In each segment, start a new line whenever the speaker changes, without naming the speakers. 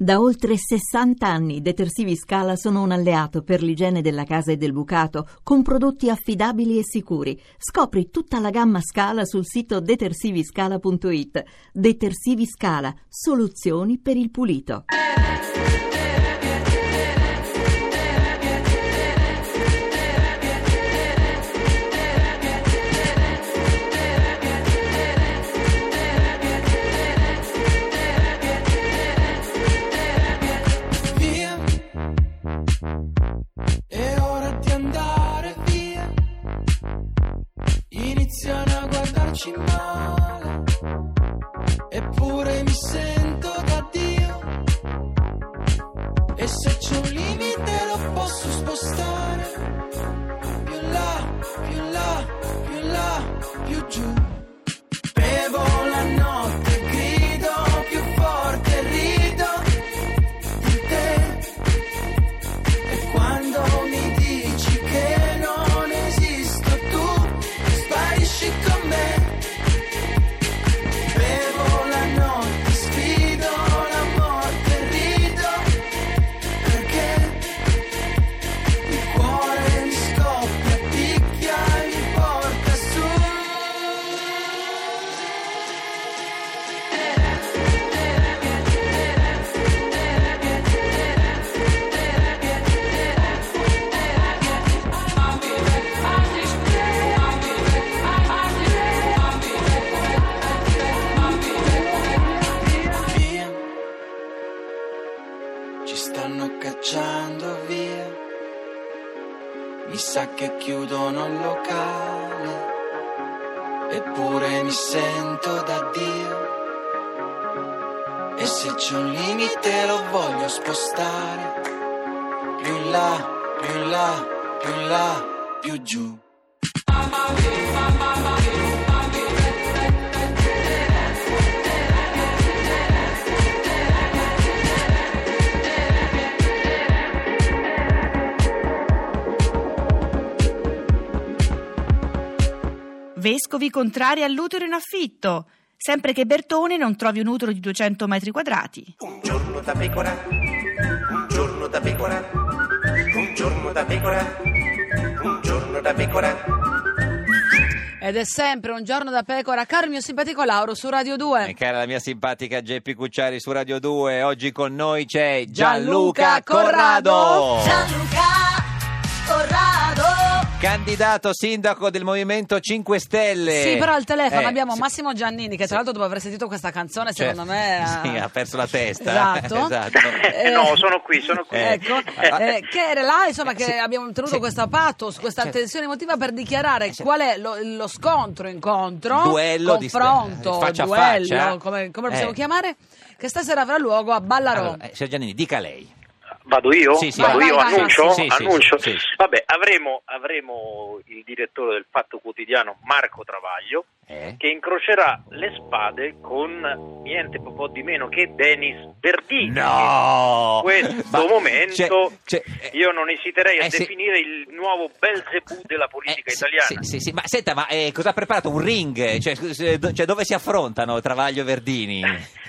Da oltre 60 anni i detersivi Scala sono un alleato per l'igiene della casa e del bucato, con prodotti affidabili e sicuri. Scopri tutta la gamma Scala sul sito detersiviscala.it. Detersivi Scala, soluzioni per il pulito.
via. È ora di andare via. Iniziano a guardarci male. Eppure mi sento da Dio. E se c'è un limite lo posso spostare. Più in là, più in là, più in là, più giù. Bevo la notte, grido più forte, rido di te. E quando mi dici che non esisto tu, sparisci con me. Bevo la notte, sfido la morte, rido perché il cuore mi scoppia, picchia e mi porta su. via. Ci stanno cacciando via. Mi sa che chiudono il locale. Eppure mi sento da Dio. E se c'è un limite lo voglio spostare. Più in là, più in là, più in là, più giù.
Vescovi contrari all'utero in affitto, sempre che Bertone non trovi un utero di 200 metri quadrati.
Un giorno da pecora, un giorno da pecora, un giorno da pecora, un giorno da pecora.
Ed è sempre un giorno da pecora, caro il mio simpatico Lauro su Radio 2.
E cara la mia simpatica Geppi Cucciari su Radio 2, oggi con noi c'è
Gianluca
Gianluca,
Corrado.
Corrado,
Gianluca Corrado
candidato sindaco del Movimento 5 Stelle.
Sì, però al telefono
Eh,
abbiamo
sì,
Massimo Giannini che tra l'altro dopo aver sentito questa canzone
cioè,
secondo me
sì, ha perso la testa.
Esatto.
Esatto.
Eh,
No, sono qui, sono qui.
Eh.
Ecco, eh, che era là, insomma,
Eh,
che
sì.
abbiamo tenuto
Sì. Eh, certo.
questa pathos, questa tensione emotiva per dichiarare
sì.
qual è lo, lo scontro, incontro,
Duello di-
confronto,
faccia a
duello,
faccia.
come, come lo possiamo
Eh.
chiamare, che stasera avrà luogo a Ballarò.
Allora, eh, signor Giannini, dica lei.
Vado io?
Sì, sì,
Vado
vai,
io?
vai, vai.
annuncio?
Sì, sì,
Annuncio?
sì, sì.
Vabbè, avremo, avremo il direttore del Fatto Quotidiano Marco Travaglio
Eh?
che incrocerà le spade con niente po' di meno che Denis Verdini.
No!
In questo
Ma-
momento
c'è- c'è-
io non esiterei a
eh, sì.
definire il nuovo Belzebù della
Eh,
politica
sì,
italiana.
Sì, sì, sì, ma senta, ma eh, cosa ha preparato? Un ring? Cioè, scusi, eh, do- cioè, dove si affrontano Travaglio e Verdini?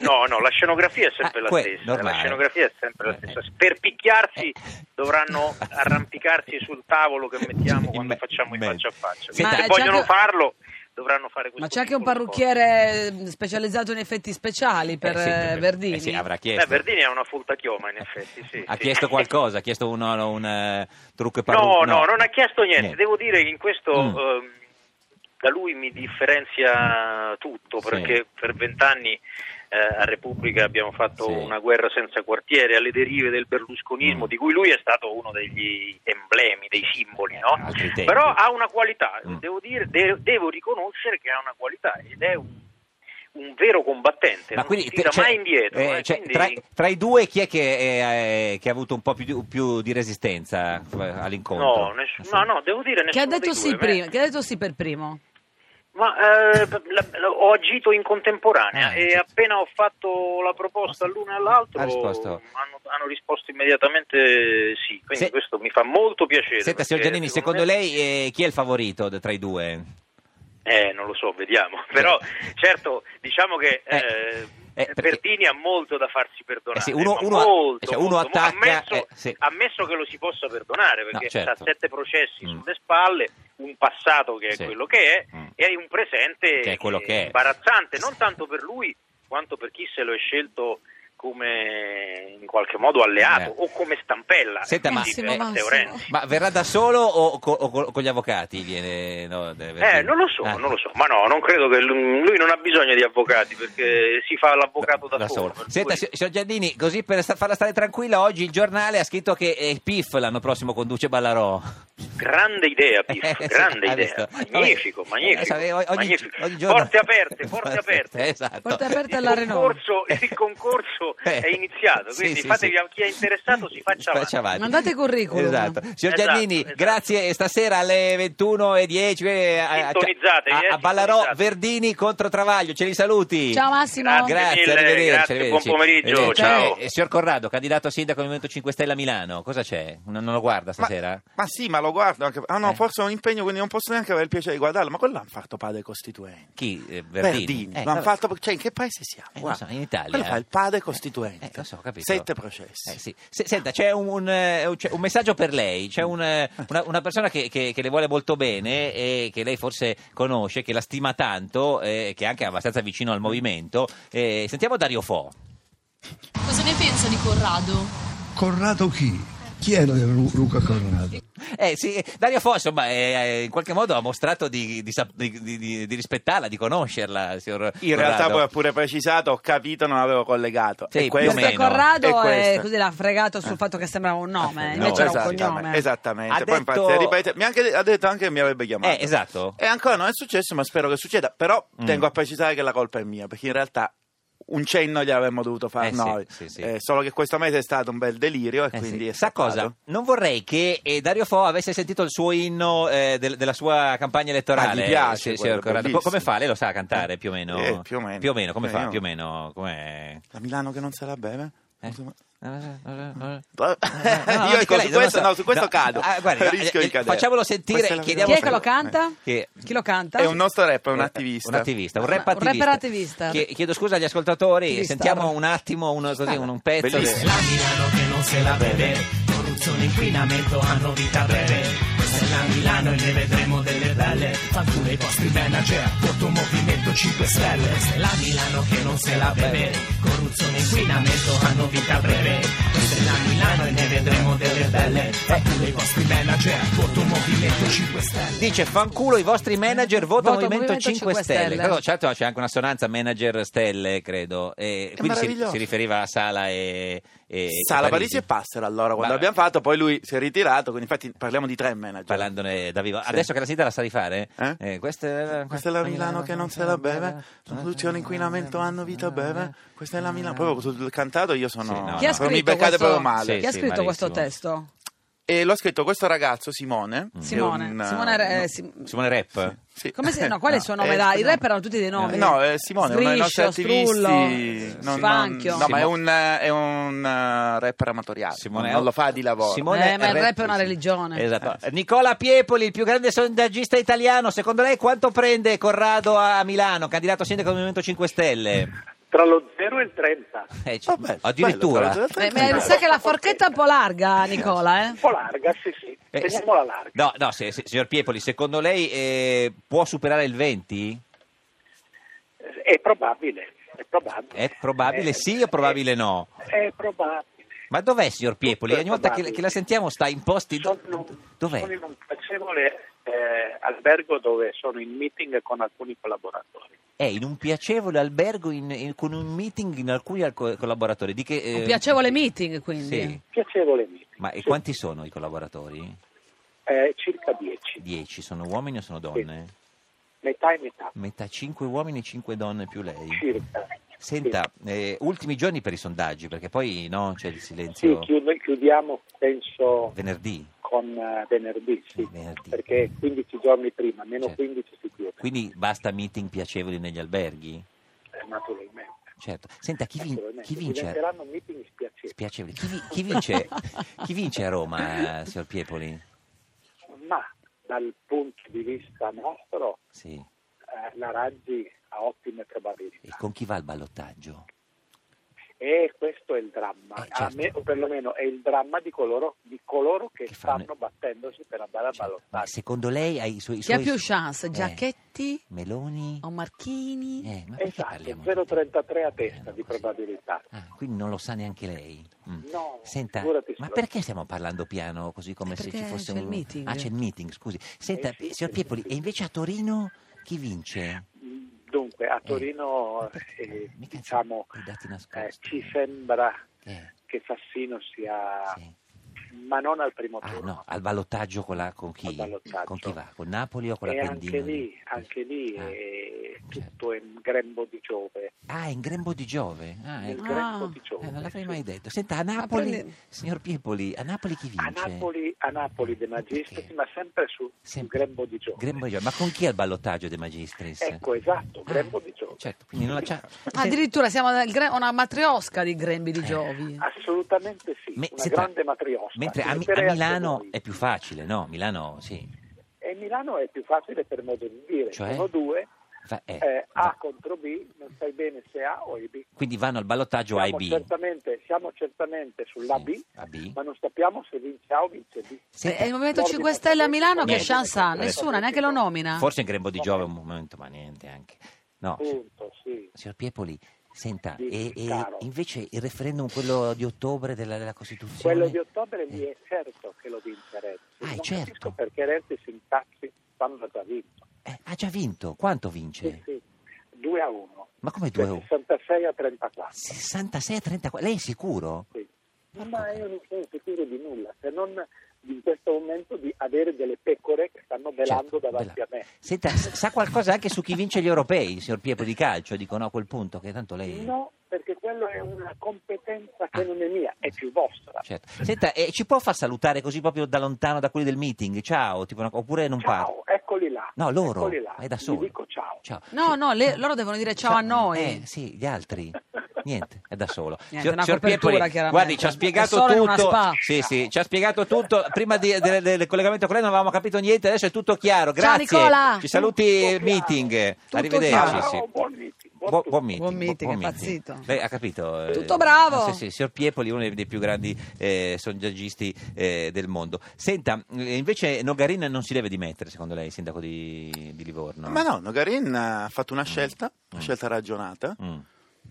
No, no, la scenografia è sempre
Ah,
la
que-
stessa.
normale.
La scenografia è sempre la
Eh,
stessa.
eh.
Per picchiarsi
Eh.
dovranno arrampicarsi sul tavolo che mettiamo
In
quando
me-
facciamo i
me-
faccia a faccia.
Senta,
Ma
Se
c'è
vogliono
anche-
farlo, dovranno fare questo.
Ma c'è anche un
piccolo sforzo.
parrucchiere mm, specializzato in effetti speciali per
Eh, sì,
eh, Verdini.
eh, sì, avrà
Beh,
chiesto.
Verdini ha una folta chioma, in effetti. sì,
ha
sì.
chiesto qualcosa, ha chiesto un, un, eh, trucco e
No,
parrucco.
no, non ha chiesto niente. Devo dire che in questo
Mm.
ehm, da lui mi differenzia tutto,
Sì.
perché per vent'anni eh, a Repubblica abbiamo fatto
Sì.
una guerra senza quartiere alle derive del berlusconismo,
Mm.
di cui lui è stato uno degli emblemi, dei simboli, no?
Eh, altri tempi.
Però ha una qualità,
Mm.
devo, dire, de- devo riconoscere che ha una qualità ed è un, un vero combattente, non si tira
cioè,
mai indietro.
eh,
eh,
cioè,
quindi-
tra, tra i due chi è che, eh, che ha avuto un po' più di, più di resistenza eh, all'incontro? Ah,
No, nessuno- no, no, devo dire
Che ha
nessuno
detto
dei
sì
due, eh. ma-
prima- che ha detto sì per primo.
Ma eh, la- la- ho agito in contemporanea
Ah,
e
certo.
appena ho fatto la proposta l'uno all'altro
Ha risposto.
hanno, hanno risposto immediatamente sì, quindi
Se-
questo mi fa molto piacere.
Senta,
perché
signor Giannini, secondo
me-
lei eh, chi è il favorito de- tra i due?
Eh, non lo so, vediamo, però certo diciamo che...
Eh.
eh,
Eh,
Eh,
perché-
Verdini ha molto da farsi perdonare.
Eh sì, uno-
ma
uno-
molto,
cioè, uno
molto, mo-
attacca,
Ammesso,
eh, sì.
ammesso che lo si possa perdonare, perché
No, certo.
ha sette processi
Mm.
sulle spalle, un passato che è
Sì.
quello che è,
Mm.
e un presente
Che è quello che è.
imbarazzante, non
Sì.
tanto per lui quanto per chi se lo è scelto come in qualche modo alleato
Eh.
o come stampella.
Senta, ma-
Quindi,
Massimo,
eh,
Massimo.
Renzi.
Ma verrà da solo o, co- o co- con gli avvocati? Viene, no, deve-
Eh, non lo so,
Ah.
non lo so, ma no, non credo che lui, lui non ha bisogno di avvocati perché si fa l'avvocato da, solo. per
Senta, si-
cui-
signor Giannini, così per sta- farla stare tranquilla, oggi il giornale ha scritto che eh, il PIF l'anno prossimo conduce Ballarò.
Grande idea, Piff,
Eh, sì,
grande
hai
idea.
visto?
Magnifico,
Eh,
magnifico.
sai, ogni-
magnifico.
ogni giorno-
Porte aperte, porte aperte.
esatto.
Porte aperte
Il
alla Renault.
concorso, il concorso è
Eh.
iniziato,
Sì,
quindi
sì,
fatevi
sì.
a chi è interessato si faccia avanti.
Mandate curriculum.
Esatto. Signor
Esatto,
Giannini,
esatto.
grazie. E Stasera alle 21.10 eh, a, a-
Sintonizzate,
a-
eh,
a Ballarò
sintonizzate.
Verdini contro Travaglio. Ce li saluti.
Ciao Massimo.
Grazie.
Grazie,
mille,
arrivederci,
grazie,
arrivederci.
buon pomeriggio,
Arrivederci.
ciao.
Eh, signor Corrado, candidato a sindaco del Movimento 5 Stelle a Milano, cosa c'è? Non, non lo guarda stasera?
Ma sì, ma lo guardo anche. Ah no,
Eh.
forse ho un impegno, quindi non posso neanche avere il piacere di guardarlo. Ma quello l'hanno fatto padre costituente.
Chi? Eh, Verdini.
Verdini.
Eh,
l'hanno
vabbè.
fatto. Cioè, in che paese siamo?
Eh,
Guarda.
non so, in Italia.
Quello fa il padre costituente.
Eh, eh, lo so, ho capito.
Sette processi.
Eh, sì. Se- senta, c'è un, un, eh, c'è un messaggio per lei, c'è un, eh, una, una persona che, che- che le vuole molto bene e che lei forse conosce, che la stima tanto, eh, che è anche abbastanza vicino al movimento. Eh, sentiamo Dario Fo.
Cosa ne pensa di Corrado?
Corrado chi? Chi è Lu- Luca Corrado?
Eh, sì, Dario Fo insomma, eh, eh, in qualche modo ha mostrato di, di sap- di- di- di- di rispettarla, di conoscerla, signor
In
Corrado.
realtà poi ha pure precisato, ho capito, non avevo collegato.
Sì,
E
più o
questo-
Questo
meno.
e
Corrado è,
questo.
così l'ha fregato sul fatto che sembrava un nome,
Eh,
No,
invece era un
esattamente,
cognome.
esatto.
Esattamente.
Ha
Poi
detto-
infatti, ripete, mi ha anche de- ha detto anche che mi avrebbe chiamato.
Eh, esatto.
E ancora non è successo, ma spero che succeda. Però
Mm.
tengo a precisare che la colpa è mia, perché in realtà un cenno gliel'avremmo dovuto fare
Eh sì,
noi.
sì, sì.
Eh, solo che questo mese è stato un bel delirio e
Eh
quindi
sì.
è
Sa
scappato.
cosa? Non vorrei che eh, Dario Fo avesse sentito il suo inno eh, del- della sua campagna elettorale.
Ah, gli piace
eh,
quello,
signor Corrado.
bellissimo.
come fa? Lei lo sa cantare più o meno?
Eh, più o meno.
come
Eh,
fa?
io-
Più o meno. Com'è?
La Milano che non se la beve?
Eh?
Io
anche
ecco,
lei,
su
non lo
questo,
so.
no, su questo
No,
cado.
ah, guarda,
Rischio
eh,
di cadere.
facciamolo sentire,
Questa è la
chiediamo-
Chi
prima
è che lo
volta.
canta?
Che-
Chi lo canta?
È un nostro rapper, un attivista.
Eh, Un attivista, un rap
Ah, Un rapper
attivista.
attivista.
Chie- chiedo scusa agli ascoltatori,
Attivista.
sentiamo un attimo uno- così, un, un pezzo. del-
Bellissimo.
La Milano che non se la beve, corruzione, inquinamento hanno vita breve. Questa è la Milano e ne vedremo delle belle. Fa pure i vostri manager, tutto un movimento 5 stelle. Questa è la Milano che non se la beve, corruzione, inquinamento hanno vita breve. Questa è la Milano e ne vedremo delle belle. Fa pure i vostri manager, tutto un movimento 5 stelle.
Dice fanculo i vostri manager vota,
Voto
Movimento,
Movimento
5
Stelle.
Stelle. Credo, certo c'è anche una sonanza manager Stelle, credo. E quindi si,
meraviglioso.
si riferiva a Sala e, e
Sala, Parisi e Passera allora quando
Ma-
l'abbiamo fatto poi lui si è ritirato quindi infatti parliamo di tre manager
Parlandone da vivo.
Sì.
Adesso che la sentita la sa rifare?
Eh?
questa, è,
Questa è la Milano che non se la beve, produzione, inquinamento, hanno vita beve. Questa è la Milano. Proprio sul cantato io sono.
Sì, no,
Chi ha
no.
scritto
proprio mi beccate
questo-
proprio male.
Chi ha
Sì, sì,
scritto questo
malissimo. Mm.
testo?
E l'ho scritto questo ragazzo, Simone. che è
Simone.
un, eh,
Simone era-
no,
eh, Sim-
Simone Rap?
sì.
Come si... No, qual è il suo nome?
Eh,
dai, I
scusa.
rap erano tutti dei nomi.
Eh, No, eh, Simone è uno dei nostri
Sgriscio,
attivisti.
Strullo,
Non- non-
Svanchio.
No, ma è un, eh, è un eh, rapper amatoriale.
Simone-
non lo fa di lavoro. Eh.
Eh, ma il rap è una religione.
Esatto. Nicola Piepoli, il più grande sondaggista italiano. Secondo lei quanto prende Corrado a Milano, candidato a sindaco del Movimento 5 Stelle?
Tra lo 0 e il 30.
Eh, c-
Vabbè,
addirittura.
bello, tra
Eh,
l'altro-
ma mi sa che la forchetta è un po' larga, Nicola, eh?
Un po' larga, sì, sì.
Eh,
Teniamola larga.
No, no, se- se- signor Piepoli, secondo lei eh, può superare il 20?
È probabile. È probabile. Eh,
È probabile sì o probabile no?
È probabile.
Ma dov'è, signor Piepoli? Ogni volta che,
probabile.
che la sentiamo sta in posti... do-
Sono,
dov'è?
sono in un piacevole eh, albergo dove sono in meeting con alcuni collaboratori.
È in un piacevole albergo in- in- con un meeting in alcuni alco- collaboratori. Di che, eh,
Un piacevole meeting, quindi.
Sì.
Piacevole meeting.
Ma e
Sì,
quanti sono i collaboratori?
eh, circa 10,
Dieci. Sono uomini o sono donne?
metà e metà,
Metà cinque uomini, cinque donne più lei.
circa.
Mm. Senta, eh, ultimi giorni per i sondaggi, perché poi no, c'è il
Sì, Sì,
silenzio
chiudo- chiudiamo penso
venerdì.
con eh, venerdì, sì,
Venerdì.
perché 15 giorni prima, meno
Certo.
15 si chiude,
Quindi basta meeting piacevoli negli alberghi?
eh, naturalmente.
Certo. Senta, chi, vin-
naturalmente.
chi vince?
Diventeranno meeting spiacevoli.
Spiacevoli. Chi, vi- chi vince? chi vince a Roma, eh, signor Piepoli?
ma dal punto di vista nostro
Sì.
eh, la Raggi ha ottime
E
probabilità.
con chi va al ballottaggio?
E questo è il dramma,
Eh, certo.
A me- o perlomeno è il dramma di coloro, di coloro che,
fanno- Certo.
stanno battendosi per andare a
Ma secondo lei ha i suoi... i
Chi ha
suoi-
più chance,
Eh,
Giacchetti
Meloni?
o Marchini?
Eh, ma Eh, perché parliamo?
Esatto, 0,33 a testa di probabilità.
Ah, quindi non lo sa neanche lei. Mm.
No,
Senta,
figurati
ma
solo.
perché stiamo parlando piano così come
Eh,
se ci
perché
fosse
c'è
un
il meeting.
Ah, c'è il meeting, scusi. Senta,
Eh, sì,
signor
sì,
Piepoli,
sì.
e invece a Torino chi vince? Eh,
Dunque, a
Ma
Torino
perché?
eh,
Mica ci-
diciamo,
i dati
eh,
nascosti.
ci sembra
Eh,
che Fassino sia,
sì.
ma non al primo
Ah,
turno.
no, al ballottaggio con, la- con chi?
Al ballottaggio.
Con chi va? Con Napoli o con
e
la Pendino?
anche lì, anche lì
Ah.
è
certo.
tutto in grembo di Giove.
Ah, in Grembo di Giove. Ah,
nel
ecco.
grembo di Giove.
Eh, non l'avrei mai detto. Senta, a Napoli,
prende-
signor Piepoli, a Napoli chi vince?
A Napoli, a
Eh,
Napoli De Magistris,
Perché?
ma sempre sul
Sempre.
grembo di Giove.
Grembo di Giove. Ma con chi è il ballottaggio De Magistris?
Ecco, esatto, grembo
Ah,
di Giove.
Certo, quindi non la c'ha...
Ah, addirittura siamo nel gre- una matriosca di grembi
Eh.
di Giovi.
Assolutamente sì,
Me-
una
senta,
grande matriosca.
Mentre a, Mi- a
Metterei anche
Milano
noi.
è più facile, no? Milano, sì.
E Milano è più facile per modo di dire,
Cioè?
sono due,
Fa- eh,
eh,
va-
A contro B, non sai bene se A o B.
Quindi vanno al ballottaggio A e
Siamo
B.
certamente, siamo certamente sulla
Sì,
B, Eh,
A, B.
ma non sappiamo se vince A o vince B.
Senta,
Eh, il Movimento
Guardi,
5 Stelle a
ma-
Milano che
Niente.
chance ha?
Adesso-
Nessuna, neanche lo nomina.
Forse in Grembo di Giove un momento, ma niente anche. No,
Punto, sì.
signor Piepoli, senta,
Sì,
e, e
caro.
invece il referendum, quello di ottobre della, della Costituzione...
Quello di ottobre lì
Eh,
è certo che lo vince Renzi.
Ah, è
non
certo.
capisco perché Renzi si intacchi quando ha già vinto.
eh, ha già vinto, quanto vince?
Sì, sì. 2 a 1.
Ma come 2
Cioè,
euro?
66 a 34.
66 a 34, lei è sicuro?
Sì. Ma io non sono sicuro di nulla, se non in questo momento di avere delle pecore che stanno velando
Certo,
davanti
bella.
a me.
Senta, s- sa qualcosa anche su chi vince gli europei, signor Piepo di calcio? Dico no a quel punto, che tanto lei...
No, perché quello è una competenza che non è mia, è più vostra.
Certo. Senta, eh, ci può far salutare così proprio da lontano da quelli del meeting? Ciao, tipo una- oppure non parla?
Ciao, eccoli là.
No, loro.
Eccoli là.
È da
Gli
solo.
dico ciao.
No, no, le- loro devono dire ciao a noi.
Eh, sì, gli altri. Niente, è da solo.
Niente,
Signor-
una
signor
copertura,
Piepoli,
chiaramente.
Guardi, ci ha
È
spiegato
solo in una
tutto.
spa.
Sì, sì, ci ha spiegato tutto. Prima di- del, del collegamento con lei non avevamo capito niente, adesso è tutto chiaro. Grazie.
Nicola.
Ci saluti il
chiaro.
meeting.
Tutto
Arrivederci.
chiaro.
sì.
Ciao, buon meeting. buon
Buon,
tutto.
buon meeting,
Buon meeting,
buon
è impazzito.
Lei ha capito? eh,
Tutto bravo.
ah, sì, sì, signor Piepoli, uno dei più grandi eh, sondaggisti eh, del mondo. Senta, eh, invece Nogarin non si deve dimettere, secondo lei, sindaco di, di Livorno?
Ma no, Nogarin ha fatto una scelta,
Mm.
una scelta ragionata.
Mm.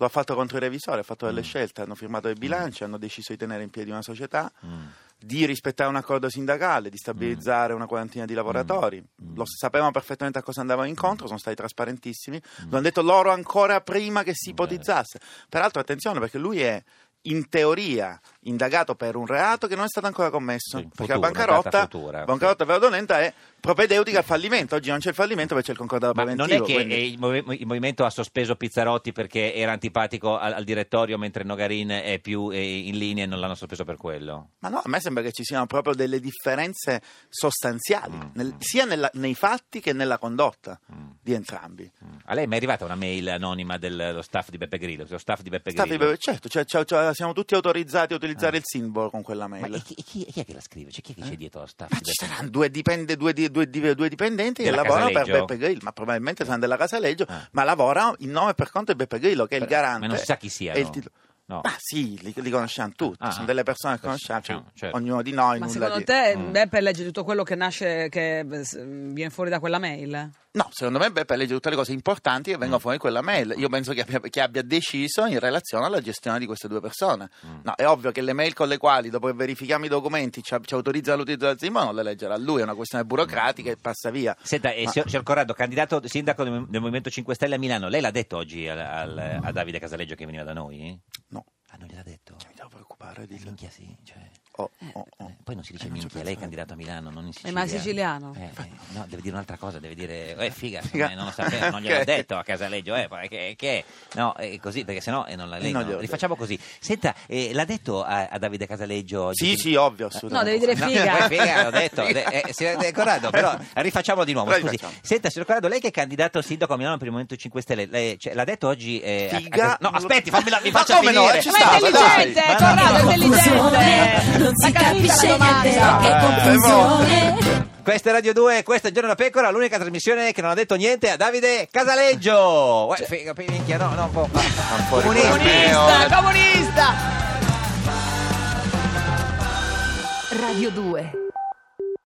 Lo ha fatto contro i revisori, ha fatto delle scelte, hanno firmato i bilanci, hanno deciso di tenere in piedi una società,
Mm.
di rispettare un accordo sindacale, di stabilizzare una quarantina di lavoratori.
Mm.
Lo sapevano perfettamente a cosa andavano incontro, sono stati trasparentissimi,
Mm.
lo hanno detto loro ancora prima che si ipotizzasse. Peraltro attenzione perché lui è in teoria indagato per un reato che non è stato ancora commesso,
Sì,
perché la
futura, data
bancarotta,
futura, sì.
bancarotta fraudolenta è propedeutica al fallimento, oggi non c'è il fallimento perché c'è il concordato
Ma non
preventivo.
è che
quindi-
eh, il, mov- il movimento ha sospeso Pizzarotti perché era antipatico al, al direttorio, mentre Nogarin è più eh, in linea e non l'hanno sospeso per quello.
Ma no, a me sembra che ci siano proprio delle differenze sostanziali,
Mm.
nel- sia nella- nei fatti che nella condotta
Mm.
di entrambi.
Mm. A lei mi è arrivata una mail anonima del- dello staff di Beppe Grillo. dello staff di Beppe
Stavi-
Grillo.
certo, cioè, cioè, cioè, siamo tutti autorizzati a utilizzare
Ah.
il simbolo con quella mail.
Ma e chi, e chi- e chi è che la scrive? C'è chi è che c'è dietro lo staff?
Eh? Ma
di
ci
Beppe-
saranno due, dipende- due di- due di- due dipendenti che
Della
lavorano
Casaleggio?
per Beppe Grillo, ma probabilmente saranno della Casaleggio,
Ah.
ma lavorano in nome e per conto di Beppe Grillo, che è il
Però-
garante.
ma non si sa chi siano.
e il titolo-
No.
Ma sì, li, li conosciamo tutti,
Ah,
sono
ah.
delle persone che
Questo,
conosciamo, cioè,
diciamo, certo.
ognuno di noi.
Ma
nulla
secondo
di-
te
Mm.
Beppe legge tutto quello che nasce, che eh, s- viene fuori da quella mail?
No, secondo me Beppe legge tutte le cose importanti che
Mm.
vengono fuori in quella mail. Io penso che abbia, che abbia deciso in relazione alla gestione di queste due persone.
Mm.
No, è ovvio che le mail con le quali, dopo che verifichiamo i documenti, ci, ci autorizza l'utilizzo del Zimbabwe, non le leggerà lui, è una questione
Mm.
burocratica e passa via.
Senta, eh,
Ma-
signor, signor Corrado, candidato sindaco del, del Movimento 5 Stelle a Milano, lei l'ha detto oggi al- al- a Davide Casaleggio che veniva da noi?
No,
Ah, non gliel'ha detto?
mi devo preoccupare
Eh,
di...
minchia sì, cioè...
Oh, oh, oh.
Eh, Poi non si dice
Eh, non ci ho
minchia, lei è
pensato.
candidato a Milano, non in Sicilia.
ma è siciliano.
Eh, eh, no, deve dire un'altra cosa, deve dire, eh figa,
Figa.
insomma, non lo sapevo, non gliel'ho
Ok.
detto a Casaleggio, eh, poi che, che è? No, è così, perché sennò eh, non la
Eh, non
leggo.
gliel'ho
Rifacciamo così. Senta, eh, l'ha detto a, a Davide Casaleggio oggi?
Sì,
che-
sì, ovvio, assolutamente.
No, devi dire
Eh, No,
figa.
eh, figa, l'ho detto. Eh, eh, signor De Corrado, però rifacciamo di nuovo.
Però
Scusi.
rifacciamo.
Senta, signor Corrado, lei che è candidato sindaco a Milano per il Movimento 5 Stelle, lei- cioè, l'ha detto oggi. eh, a- a-
Figa.
no, aspetti, fammi la, mi
Ma
faccia
come no?
finire.
Eh, ci
Ma
sta,
è
ma dai.
intelligente,
Ma
Corrado, è
no,
intelligente!
non si
La capita la
capisce
domanda.
niente, che
Eh, fermo.
confusione.
Questa è Radio 2, questo è Giorno da Pecora, l'unica trasmissione che non ha detto niente a Davide Casaleggio.
Cioè
Uè, figa, pe- minchia, no, no, un po'. Comunista.
Comunista, comunista!
Radio 2